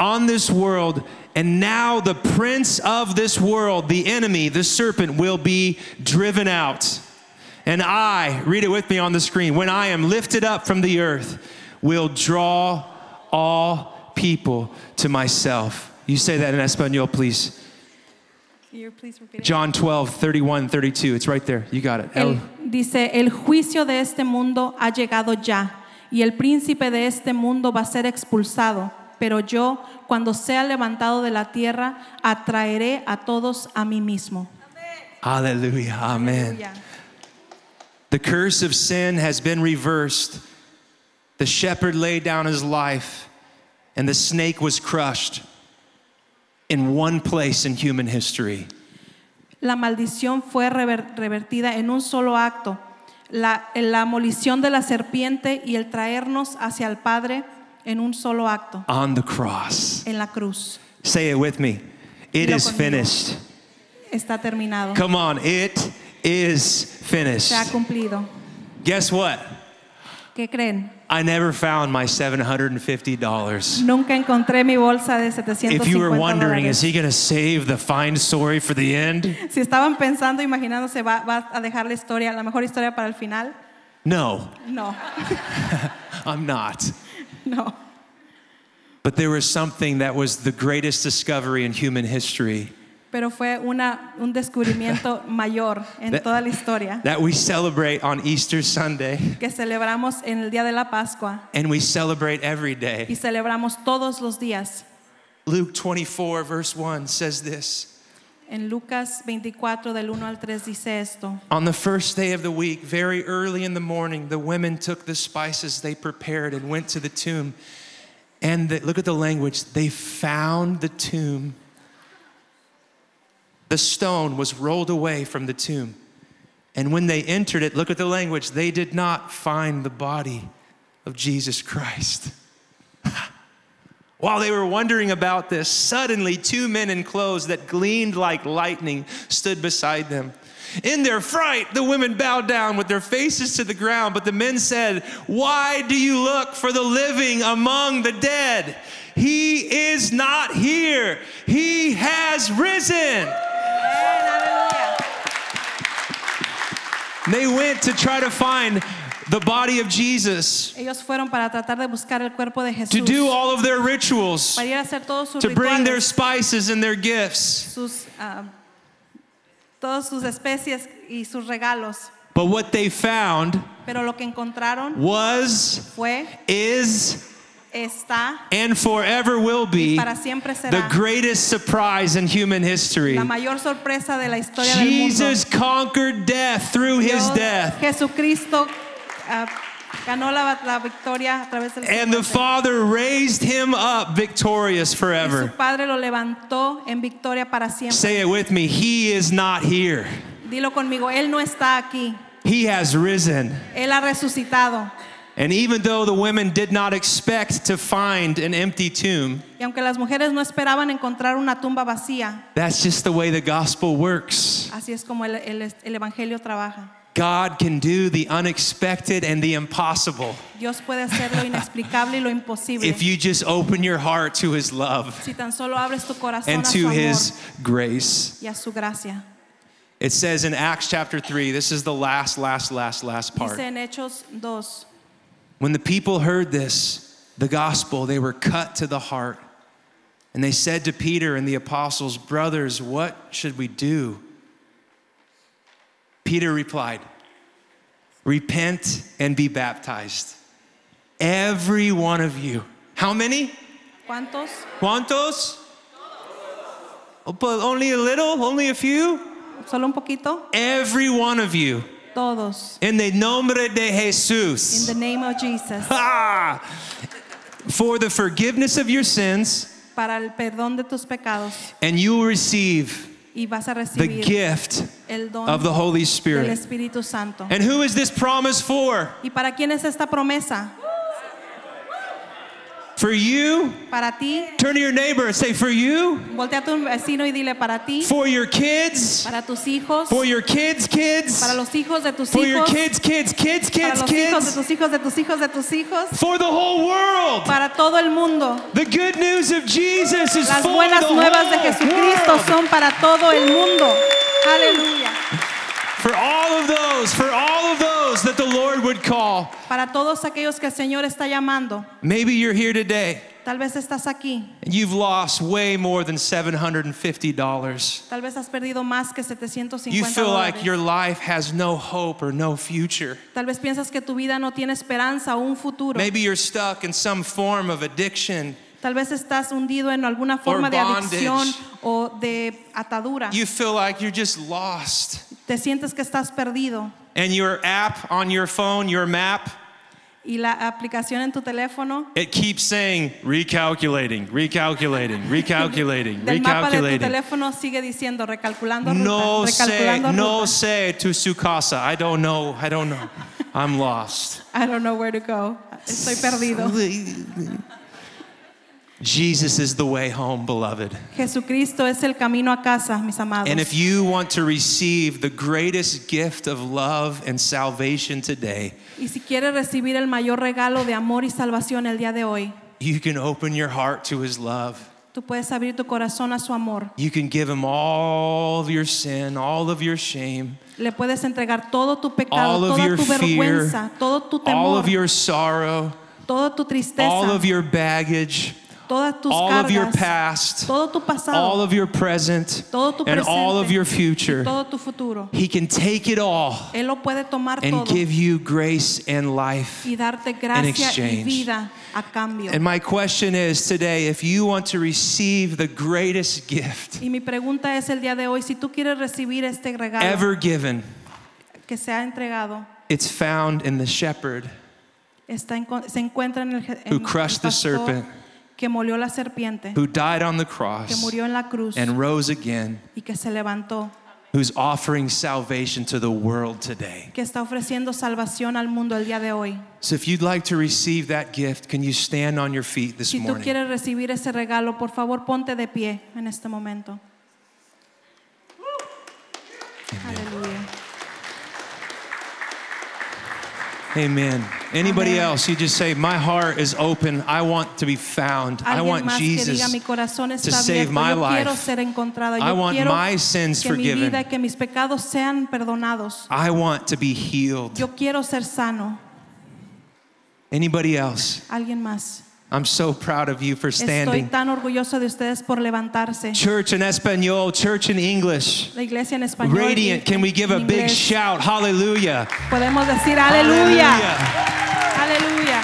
Speaker 1: on this world. And now the prince of this world, the enemy, the serpent, will be driven out. And I, read it with me on the screen, when I am lifted up from the earth, will draw all people to myself. You say that in Espanol, please.
Speaker 2: You're please repeat it.
Speaker 1: John 12, 31, 32. It's right there. You got it.
Speaker 2: El- dice, el juicio de este mundo ha llegado ya, y el príncipe de este mundo va a ser expulsado, pero yo, cuando sea levantado de la tierra, atraeré a todos a mí mismo.
Speaker 1: Hallelujah. Amen.
Speaker 2: Ya.
Speaker 1: The curse of sin has been reversed. The shepherd laid down his life, and the snake was crushed in one place in human history.
Speaker 2: La maldición fue rever- revertida en un solo acto. La, la molición de la serpiente y el traernos hacia el Padre en un solo acto,
Speaker 1: On the cross.
Speaker 2: en la cruz.
Speaker 1: Say it with me. It
Speaker 2: Dilo
Speaker 1: is
Speaker 2: conmigo.
Speaker 1: finished.
Speaker 2: Está terminado.
Speaker 1: Come on. It is finished.
Speaker 2: Se ha cumplido.
Speaker 1: Guess what?
Speaker 2: ¿Qué creen?
Speaker 1: I never found my $750.
Speaker 2: Nunca encontré mi bolsa de 750
Speaker 1: If you were wondering,
Speaker 2: dólares.
Speaker 1: is he going to save the fine story for the end?
Speaker 2: Si estaban pensando, imaginándose, va, va a dejar la historia, la mejor historia para el final.
Speaker 1: No,
Speaker 2: No,
Speaker 1: I'm not.
Speaker 2: no.
Speaker 1: But there was something that was the greatest discovery in human history
Speaker 2: Pero fue una, un descubrimiento mayor en
Speaker 1: That-
Speaker 2: toda la historia
Speaker 1: that we celebrate on Easter Sunday
Speaker 2: que celebramos en el día de la Pascua
Speaker 1: and we celebrate every
Speaker 2: y
Speaker 1: day.
Speaker 2: celebramos todos los días.
Speaker 1: Luke 24, verse 1 says this
Speaker 2: En Lucas 24 del 1 al 3 dice esto.
Speaker 1: On the first day of the week, very early in the morning, the women took the spices they prepared and went to the tomb. And the, look at the language they found the tomb. The stone was rolled away from the tomb. And when they entered it, look at the language, they did not find the body of Jesus Christ. While they were wondering about this, suddenly two men in clothes that gleamed like lightning stood beside them. In their fright, the women bowed down with their faces to the ground, but the men said, Why do you look for the living among the dead? He is not here, he has risen. They went to try to find the body of Jesus,
Speaker 2: Ellos fueron para tratar de buscar el cuerpo de
Speaker 1: to do
Speaker 2: Jesús,
Speaker 1: all of their rituals,
Speaker 2: para ir a hacer todos sus
Speaker 1: to bring their
Speaker 2: rituales,
Speaker 1: spices and their gifts.
Speaker 2: sus, ah, todas sus especies y sus regalos.
Speaker 1: But what they found
Speaker 2: Pero lo que encontraron
Speaker 1: was,
Speaker 2: fue,
Speaker 1: is,
Speaker 2: está,
Speaker 1: and forever will be
Speaker 2: para siempre
Speaker 1: the
Speaker 2: será
Speaker 1: greatest surprise in human history.
Speaker 2: la mayor sorpresa de la historia del mundo.
Speaker 1: Jesus conquered death through his
Speaker 2: Dios,
Speaker 1: death,
Speaker 2: Jesucristo ah, ganó la, la victoria a través del
Speaker 1: and the
Speaker 2: sacrificio.
Speaker 1: Father raised him up victorious
Speaker 2: Y
Speaker 1: forever.
Speaker 2: su padre lo levantó en victoria para siempre.
Speaker 1: Say it with me He is not here,
Speaker 2: Dilo conmigo, Él no está aquí.
Speaker 1: He has risen.
Speaker 2: Él ha resucitado.
Speaker 1: And even though the women did not expect to find an empty tomb,
Speaker 2: Y aunque las mujeres no esperaban encontrar una tumba vacía,
Speaker 1: that's just the way the gospel works.
Speaker 2: así es como el, el- el Evangelio trabaja.
Speaker 1: God can do the unexpected and the impossible
Speaker 2: Dios puede hacer lo inexplicable y lo imposible
Speaker 1: if you just open your heart to his love
Speaker 2: si tan solo abres tu corazón
Speaker 1: and
Speaker 2: a su
Speaker 1: to
Speaker 2: amor
Speaker 1: his grace.
Speaker 2: y a su gracia.
Speaker 1: It says in Acts chapter 3, this is the last, last, last, last part.
Speaker 2: Dice en Hechos 2,
Speaker 1: When the people heard this, the gospel, they were cut to the heart. And they said to Peter and the apostles, Brothers, what should we do? Peter replied, Repent and be baptized. Every one of you. How many?
Speaker 2: ¿cuántos?
Speaker 1: ¿Cuántos? Oh, But only a little? Only a few?
Speaker 2: Solo un poquito.
Speaker 1: Every one of you.
Speaker 2: Todos.
Speaker 1: En el nombre de
Speaker 2: In
Speaker 1: Jesús.
Speaker 2: the name of Jesus.
Speaker 1: Ah! For the forgiveness of your sins,
Speaker 2: Para el perdón de tus pecados
Speaker 1: and you will receive
Speaker 2: y vas a
Speaker 1: the
Speaker 2: recibir
Speaker 1: gift
Speaker 2: el don
Speaker 1: of the Holy
Speaker 2: del
Speaker 1: Spirit.
Speaker 2: Espíritu Santo.
Speaker 1: And who is this promise for?
Speaker 2: ¿Y para quién es esta promesa?
Speaker 1: For you?
Speaker 2: Para ti.
Speaker 1: Turn to your neighbor and say, For you?
Speaker 2: Voltea a tu vecino y dile para ti,
Speaker 1: For your kids?
Speaker 2: para tus hijos,
Speaker 1: For your kids' kids?
Speaker 2: para los hijos de tus
Speaker 1: For your
Speaker 2: hijos,
Speaker 1: kids' kids' kids'
Speaker 2: para
Speaker 1: kids'
Speaker 2: los hijos de
Speaker 1: kids?
Speaker 2: tus hijos, de tus hijos, de tus hijos,
Speaker 1: For the whole world!
Speaker 2: para todo el mundo.
Speaker 1: The good news of Jesus is
Speaker 2: Las
Speaker 1: for
Speaker 2: buenas
Speaker 1: the
Speaker 2: nuevas de
Speaker 1: whole
Speaker 2: Jesucristo
Speaker 1: world.
Speaker 2: son para todo el mundo. Aleluya.
Speaker 1: For all of those, for all of those that the Lord would call.
Speaker 2: Para todos aquellos que el Señor está llamando.
Speaker 1: Maybe you're here today
Speaker 2: Tal vez estás aquí,
Speaker 1: and you've lost way more than $750.
Speaker 2: tal vez has perdido más que 750
Speaker 1: You feel like
Speaker 2: dólares.
Speaker 1: your life has no hope or no future.
Speaker 2: Tal vez piensas que tu vida no tiene esperanza o un futuro.
Speaker 1: Maybe you're stuck in some form of addiction.
Speaker 2: Tal vez estás hundido en alguna forma de
Speaker 1: bondage.
Speaker 2: adicción o de atadura.
Speaker 1: You feel like you're just lost.
Speaker 2: Te sientes que estás perdido.
Speaker 1: And your app on your phone, your map,
Speaker 2: y la aplicación en tu teléfono
Speaker 1: it keeps saying recalculating, recalculating, recalculating,
Speaker 2: del mapa de tu
Speaker 1: recalculating.
Speaker 2: teléfono sigue diciendo recalculando ruta,
Speaker 1: No say,
Speaker 2: recalculando
Speaker 1: no
Speaker 2: ruta.
Speaker 1: say to Sukasa. I don't know. I don't know. I'm lost.
Speaker 2: I don't know where to go. Estoy perdido.
Speaker 1: Jesus is the way home, beloved.
Speaker 2: Jesucristo es el camino a casa, mis amados.
Speaker 1: And if you want to receive the greatest gift of love and salvation today,
Speaker 2: y si quieres recibir el mayor regalo de amor y salvación el día de hoy,
Speaker 1: you can open your heart to his love.
Speaker 2: tú puedes abrir tu corazón a su amor.
Speaker 1: You can give him all of your sin, all of your shame,
Speaker 2: Le puedes entregar todo tu pecado,
Speaker 1: all of
Speaker 2: toda
Speaker 1: your
Speaker 2: tu vergüenza,
Speaker 1: fear,
Speaker 2: todo tu
Speaker 1: all
Speaker 2: temor,
Speaker 1: of your sorrow,
Speaker 2: toda tu tristeza,
Speaker 1: all of your baggage,
Speaker 2: todas tus
Speaker 1: all of your
Speaker 2: cargas,
Speaker 1: past,
Speaker 2: todo tu pasado,
Speaker 1: all of your present,
Speaker 2: todo tu
Speaker 1: and all of
Speaker 2: presente,
Speaker 1: your future.
Speaker 2: todo tu futuro.
Speaker 1: He can take it all
Speaker 2: Él lo puede tomar
Speaker 1: and
Speaker 2: todo.
Speaker 1: give you grace and life.
Speaker 2: y darte gracia y
Speaker 1: exchange.
Speaker 2: vida a cambio.
Speaker 1: And my question is today if you want to receive the greatest gift
Speaker 2: Y mi pregunta es el día de hoy, si tú quieres recibir este regalo
Speaker 1: ever given,
Speaker 2: que se ha entregado,
Speaker 1: it's found in the shepherd.
Speaker 2: está en- se encuentra en el, je- en
Speaker 1: Who
Speaker 2: el
Speaker 1: crushed the
Speaker 2: pastor
Speaker 1: serpent.
Speaker 2: que molió la serpiente,
Speaker 1: who died on the
Speaker 2: que
Speaker 1: cross
Speaker 2: murió en la cruz
Speaker 1: and rose again,
Speaker 2: y que se levantó,
Speaker 1: who's offering salvation to the world today.
Speaker 2: que está ofreciendo salvación al mundo el día de hoy.
Speaker 1: So if you'd like to receive that gift, can you stand on your feet this
Speaker 2: Si tú
Speaker 1: morning?
Speaker 2: quieres recibir ese regalo, por favor ponte de pie en este momento. Aleluya.
Speaker 1: Amen. Anybody
Speaker 2: Amen.
Speaker 1: else, you just say, My heart is open. I want to be found. I
Speaker 2: Alguien
Speaker 1: want
Speaker 2: más que diga
Speaker 1: Jesus.
Speaker 2: mi corazón
Speaker 1: to
Speaker 2: está
Speaker 1: save
Speaker 2: abierto.
Speaker 1: my
Speaker 2: Yo quiero
Speaker 1: life.
Speaker 2: ser encontrado.
Speaker 1: I
Speaker 2: Yo
Speaker 1: want
Speaker 2: quiero
Speaker 1: my sins
Speaker 2: que mi
Speaker 1: forgiven.
Speaker 2: vida, que mis pecados sean perdonados.
Speaker 1: I want to be healed.
Speaker 2: Yo quiero ser sano.
Speaker 1: Anybody else?
Speaker 2: Alguien más.
Speaker 1: I'm so proud of you for
Speaker 2: Estoy
Speaker 1: standing.
Speaker 2: tan orgulloso de ustedes por levantarse.
Speaker 1: Church in Espanol, church in English.
Speaker 2: La iglesia en español.
Speaker 1: Radiant,
Speaker 2: y-
Speaker 1: can we give a
Speaker 2: en
Speaker 1: big
Speaker 2: inglés.
Speaker 1: shout? Hallelujah.
Speaker 2: Podemos decir aleluya.
Speaker 1: Hallelujah.
Speaker 2: Aleluya.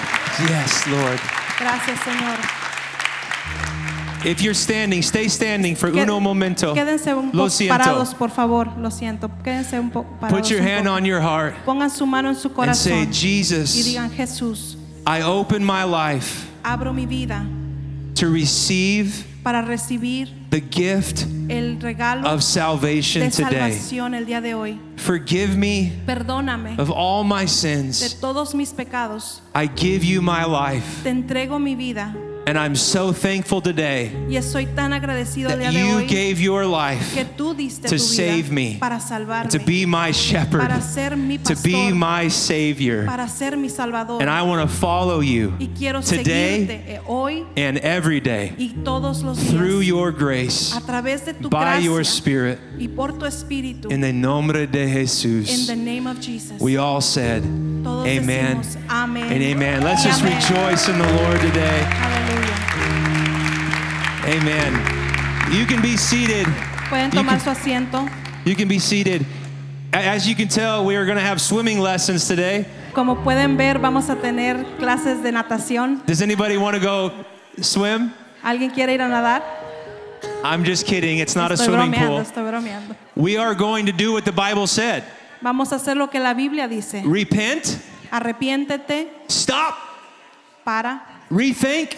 Speaker 1: Yes, Lord.
Speaker 2: Gracias, Señor.
Speaker 1: If you're standing, stay standing for
Speaker 2: Qued-
Speaker 1: uno momento.
Speaker 2: Quédense un
Speaker 1: Lo
Speaker 2: poco parados,
Speaker 1: siento.
Speaker 2: por favor. Lo siento. Quédense un poco parados.
Speaker 1: Put your
Speaker 2: un
Speaker 1: hand
Speaker 2: poco.
Speaker 1: on your heart
Speaker 2: Pongan su mano en su
Speaker 1: and
Speaker 2: corazón
Speaker 1: say,
Speaker 2: y
Speaker 1: Jesus,
Speaker 2: digan, Jesús,
Speaker 1: I open my life
Speaker 2: abro mi vida
Speaker 1: to receive
Speaker 2: para recibir
Speaker 1: the gift
Speaker 2: el regalo
Speaker 1: of salvation
Speaker 2: de
Speaker 1: today.
Speaker 2: salvación el día de hoy.
Speaker 1: Forgive me
Speaker 2: Perdóname
Speaker 1: of all my
Speaker 2: de
Speaker 1: sins.
Speaker 2: todos mis pecados.
Speaker 1: I give you my life.
Speaker 2: Te entrego mi vida
Speaker 1: And I'm so thankful today
Speaker 2: y estoy tan agradecido el día
Speaker 1: that
Speaker 2: de
Speaker 1: you
Speaker 2: hoy
Speaker 1: gave your
Speaker 2: que
Speaker 1: life
Speaker 2: tú diste
Speaker 1: to
Speaker 2: tu
Speaker 1: save me,
Speaker 2: vida para
Speaker 1: to
Speaker 2: salvarme,
Speaker 1: be my shepherd,
Speaker 2: para ser mi
Speaker 1: to be
Speaker 2: pastor,
Speaker 1: my savior.
Speaker 2: para ser mi salvador.
Speaker 1: And I want to follow you
Speaker 2: Y quiero
Speaker 1: today
Speaker 2: seguirte eh, hoy
Speaker 1: and every day
Speaker 2: y todos los
Speaker 1: through
Speaker 2: días
Speaker 1: your grace,
Speaker 2: a través de tu
Speaker 1: by your
Speaker 2: gracia
Speaker 1: spirit,
Speaker 2: y por tu espíritu.
Speaker 1: in the nombre de
Speaker 2: In the
Speaker 1: Jesus.
Speaker 2: name of Jesus.
Speaker 1: We all said,
Speaker 2: Todos
Speaker 1: Amen
Speaker 2: decimos amén.
Speaker 1: and amen. Let's
Speaker 2: y
Speaker 1: just
Speaker 2: amén.
Speaker 1: rejoice in the Lord today.
Speaker 2: Aleluya.
Speaker 1: Amen. You can be seated.
Speaker 2: Pueden
Speaker 1: You
Speaker 2: tomar
Speaker 1: can-
Speaker 2: su asiento.
Speaker 1: You can be seated. A- As you can tell, we are going to have swimming lessons today.
Speaker 2: Como pueden ver, vamos a tener clases de natación.
Speaker 1: Does anybody want to go swim?
Speaker 2: ¿Alguien quiere ir a nadar?
Speaker 1: I'm just kidding. It's not a
Speaker 2: estoy
Speaker 1: swimming
Speaker 2: bromeando,
Speaker 1: pool.
Speaker 2: estoy bromeando.
Speaker 1: We are going to do what the Bible said
Speaker 2: Vamos a hacer lo que la Biblia dice.
Speaker 1: repent,
Speaker 2: Arrepiéntete,
Speaker 1: stop,
Speaker 2: para,
Speaker 1: rethink,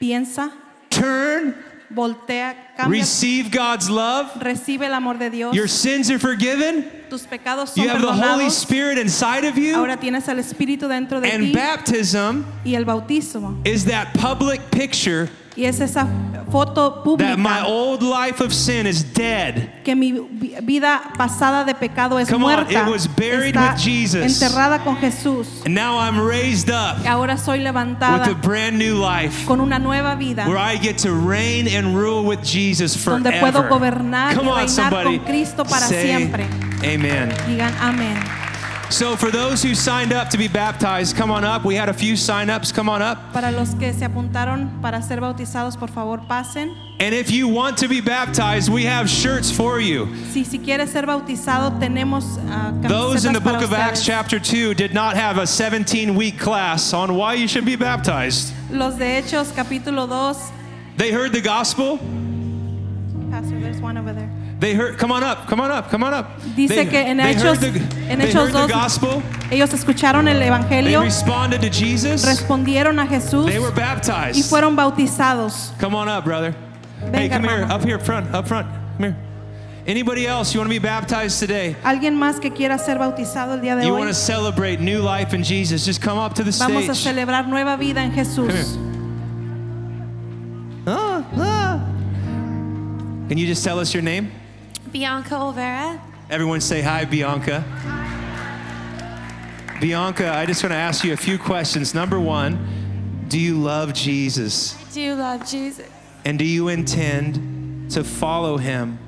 Speaker 2: piensa,
Speaker 1: turn,
Speaker 2: voltea, cambia,
Speaker 1: receive God's love.
Speaker 2: recibe el amor de Dios.
Speaker 1: Your sins are forgiven.
Speaker 2: Tus pecados son
Speaker 1: You have the Holy
Speaker 2: perdonados.
Speaker 1: Spirit inside of you.
Speaker 2: Ahora tienes al Espíritu dentro de
Speaker 1: And
Speaker 2: ti
Speaker 1: baptism
Speaker 2: y el bautismo.
Speaker 1: is that public picture
Speaker 2: Y es esa foto
Speaker 1: that my
Speaker 2: pública
Speaker 1: old life of sin is dead.
Speaker 2: que mi vi- vida pasada de pecado es
Speaker 1: Come on,
Speaker 2: muerta.
Speaker 1: it was buried
Speaker 2: está
Speaker 1: with Jesus.
Speaker 2: enterrada con Jesús.
Speaker 1: And now I'm raised up
Speaker 2: Ahora soy
Speaker 1: with a
Speaker 2: levantada
Speaker 1: brand new life
Speaker 2: con una nueva vida
Speaker 1: where I get to reign and rule with Jesus forever.
Speaker 2: Donde puedo gobernar y
Speaker 1: Come on,
Speaker 2: reinar
Speaker 1: somebody.
Speaker 2: con Cristo para
Speaker 1: Say
Speaker 2: siempre.
Speaker 1: Amen.
Speaker 2: Digan amén.
Speaker 1: So, for those who signed up to be baptized, come on up. We had a few sign ups. Come on up.
Speaker 2: Para los que se apuntaron para ser bautizados, por favor pasen.
Speaker 1: And if you want to be baptized, we have shirts for you.
Speaker 2: Si, si quieres ser bautizado, tenemos ah,
Speaker 1: Those in the
Speaker 2: camisetas para
Speaker 1: book of Acts,
Speaker 2: ustedes.
Speaker 1: chapter 2, did not have a 17 week class on why you should be baptized.
Speaker 2: Los de Hechos, capítulo 2.
Speaker 1: They heard the gospel.
Speaker 2: Pastor, there's one over there.
Speaker 1: They heard, come on up, come on up, come on up.
Speaker 2: Dice
Speaker 1: they,
Speaker 2: que en
Speaker 1: they
Speaker 2: Hechos-
Speaker 1: heard the,
Speaker 2: en
Speaker 1: they
Speaker 2: Hechos
Speaker 1: heard the
Speaker 2: 12,
Speaker 1: gospel,
Speaker 2: Ellos escucharon el
Speaker 1: they
Speaker 2: Evangelio,
Speaker 1: responded to Jesus,
Speaker 2: respondieron a Jesús
Speaker 1: they were
Speaker 2: y
Speaker 1: baptized.
Speaker 2: fueron bautizados.
Speaker 1: Come on up, brother. hey,
Speaker 2: Venga,
Speaker 1: come here,
Speaker 2: hermano.
Speaker 1: up here, front, up front, come here. Anybody else, you want to be baptized today?
Speaker 2: Alguien más que quiera ser bautizado el día de
Speaker 1: You
Speaker 2: hoy,
Speaker 1: want to celebrate new life in Jesus? Just come up to the
Speaker 2: vamos a
Speaker 1: stage.
Speaker 2: celebrar nueva vida en Jesús.
Speaker 1: Come Ah, ah. Can you just tell us your name?
Speaker 3: Bianca Olvera.
Speaker 1: Everyone say hi, Bianca. Bianca, I just want to ask you a few questions. Number one, do you love Jesus?
Speaker 3: Do you love Jesus?
Speaker 1: And do you intend to follow him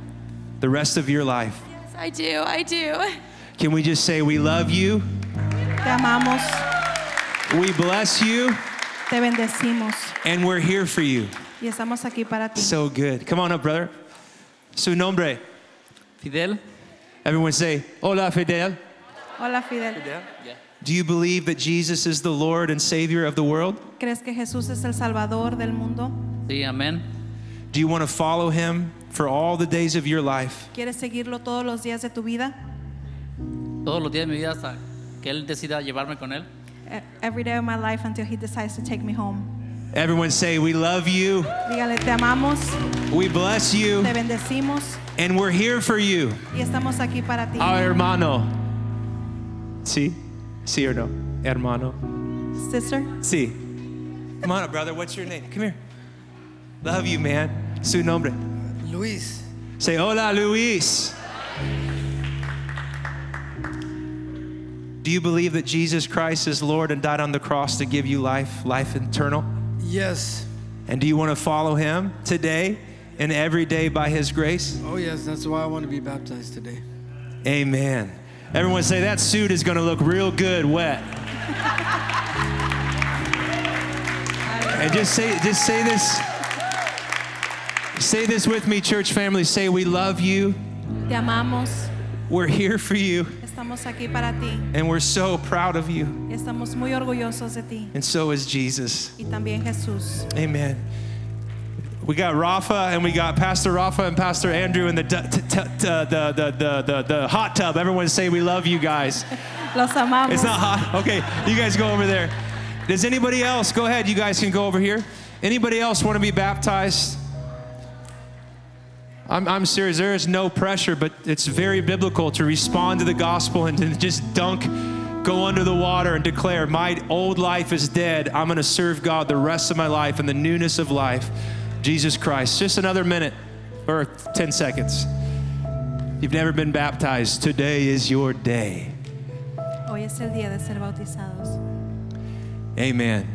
Speaker 1: the rest of your life?
Speaker 3: Yes, I do. I do.
Speaker 1: Can we just say, We love you,
Speaker 2: Te amamos,
Speaker 1: we bless you,
Speaker 2: te bendecimos
Speaker 1: and we're here for you?
Speaker 2: y estamos aquí para ti.
Speaker 1: So good. Come on up, brother. Su nombre.
Speaker 4: Fidel?
Speaker 1: Everyone say, Hola, Fidel.
Speaker 2: Hola Fidel,
Speaker 4: Fidel? Yeah.
Speaker 1: Do you believe that Jesus is the Lord and Savior of the world?
Speaker 2: ¿crees que Jesús es el Salvador del mundo?
Speaker 4: Sí, amén.
Speaker 1: Do you want to follow him for all the days of your life?
Speaker 2: ¿Quieres seguirlo todos los días de tu vida?
Speaker 4: Todos los días de mi vida hasta que él decida llevarme con él.
Speaker 2: Eh, Every day of my life until he decides to take me home.
Speaker 1: Everyone say, We love you,
Speaker 2: Dígale, te amamos,
Speaker 1: we bless you,
Speaker 2: te bendecimos
Speaker 1: And we're here for you.
Speaker 2: y estamos aquí para ti.
Speaker 1: Our Ah, hermano. Sí? Sí or no? Hermano.
Speaker 2: Sister,
Speaker 1: Sí. Come on, up, brother. What's your name? Come here. Love you, man. Su nombre.
Speaker 5: Luis,
Speaker 1: Say hola, Luis. Do you believe that Jesus Christ is Lord and died on the cross to give you life, life eternal?
Speaker 5: yes.
Speaker 1: And do you want to follow him today and every day by his grace?
Speaker 5: Oh, yes, that's why I want to be baptized today.
Speaker 1: Amen. Everyone say that suit is going to look real good wet. and just say just say this say this with me church family say we love you.
Speaker 2: te amamos,
Speaker 1: We're here for you
Speaker 2: estamos aquí para ti,
Speaker 1: and we're so proud of you.
Speaker 2: estamos muy orgullosos de ti
Speaker 1: And so is Jesus.
Speaker 2: y también Jesús.
Speaker 1: Amen. We got Rafa and we got Pastor Rafa and Pastor Andrew in the du- t- t- t- uh, the, the, the, the, the hot tub. Everyone say we love you guys.
Speaker 2: Los amamos.
Speaker 1: It's not hot. Okay, you guys go over there. Does anybody else? Go ahead, you guys can go over here. Anybody else want to be baptized? I'm, I'm serious. There is no pressure, but it's very biblical to respond to the gospel and to just dunk, go under the water and declare, My old life is dead. I'm going to serve God the rest of my life in the newness of life, Jesus Christ. Just another minute or 10 seconds. If you've never been baptized, today is your day.
Speaker 2: Hoy es el día de ser bautizados.
Speaker 1: Amen.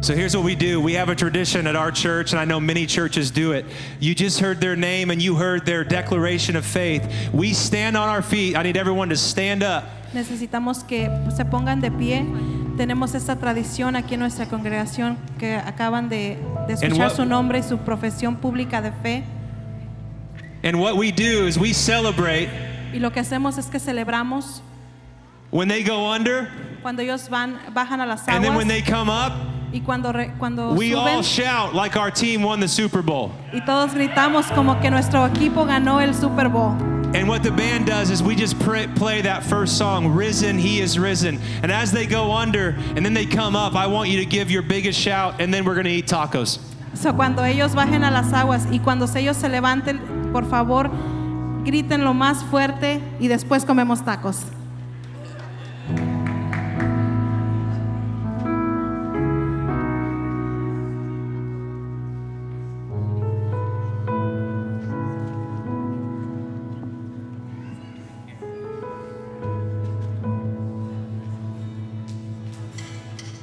Speaker 1: So here's what we do. We have a tradition at our church, and I know many churches do it. You just heard their name and you heard their declaration of faith. We stand on our feet. I need everyone to stand up.
Speaker 2: Necesitamos que se pongan de pie. Tenemos esta tradición aquí en nuestra congregación que acaban de, de
Speaker 1: And
Speaker 2: escuchar
Speaker 1: what-
Speaker 2: su nombre y su profesión pública de fe.
Speaker 1: And what we do is we celebrate
Speaker 2: Y lo que hacemos es que celebramos
Speaker 1: when they go under,
Speaker 2: cuando ellos van bajan a las
Speaker 1: and then
Speaker 2: aguas
Speaker 1: when they come up,
Speaker 2: y cuando re- cuando
Speaker 1: we all
Speaker 2: suben
Speaker 1: shout like our team won the Super Bowl.
Speaker 2: y todos gritamos como que nuestro equipo ganó el Super Bowl.
Speaker 1: And what the band does is we just pray, play that first song, Risen, He is Risen. And as they go under and then they come up, I want you to give your biggest shout, and then we're going to eat tacos.
Speaker 2: So, cuando ellos bajen a las aguas y cuando ellos se levanten, por favor, griten lo más fuerte y después comemos tacos.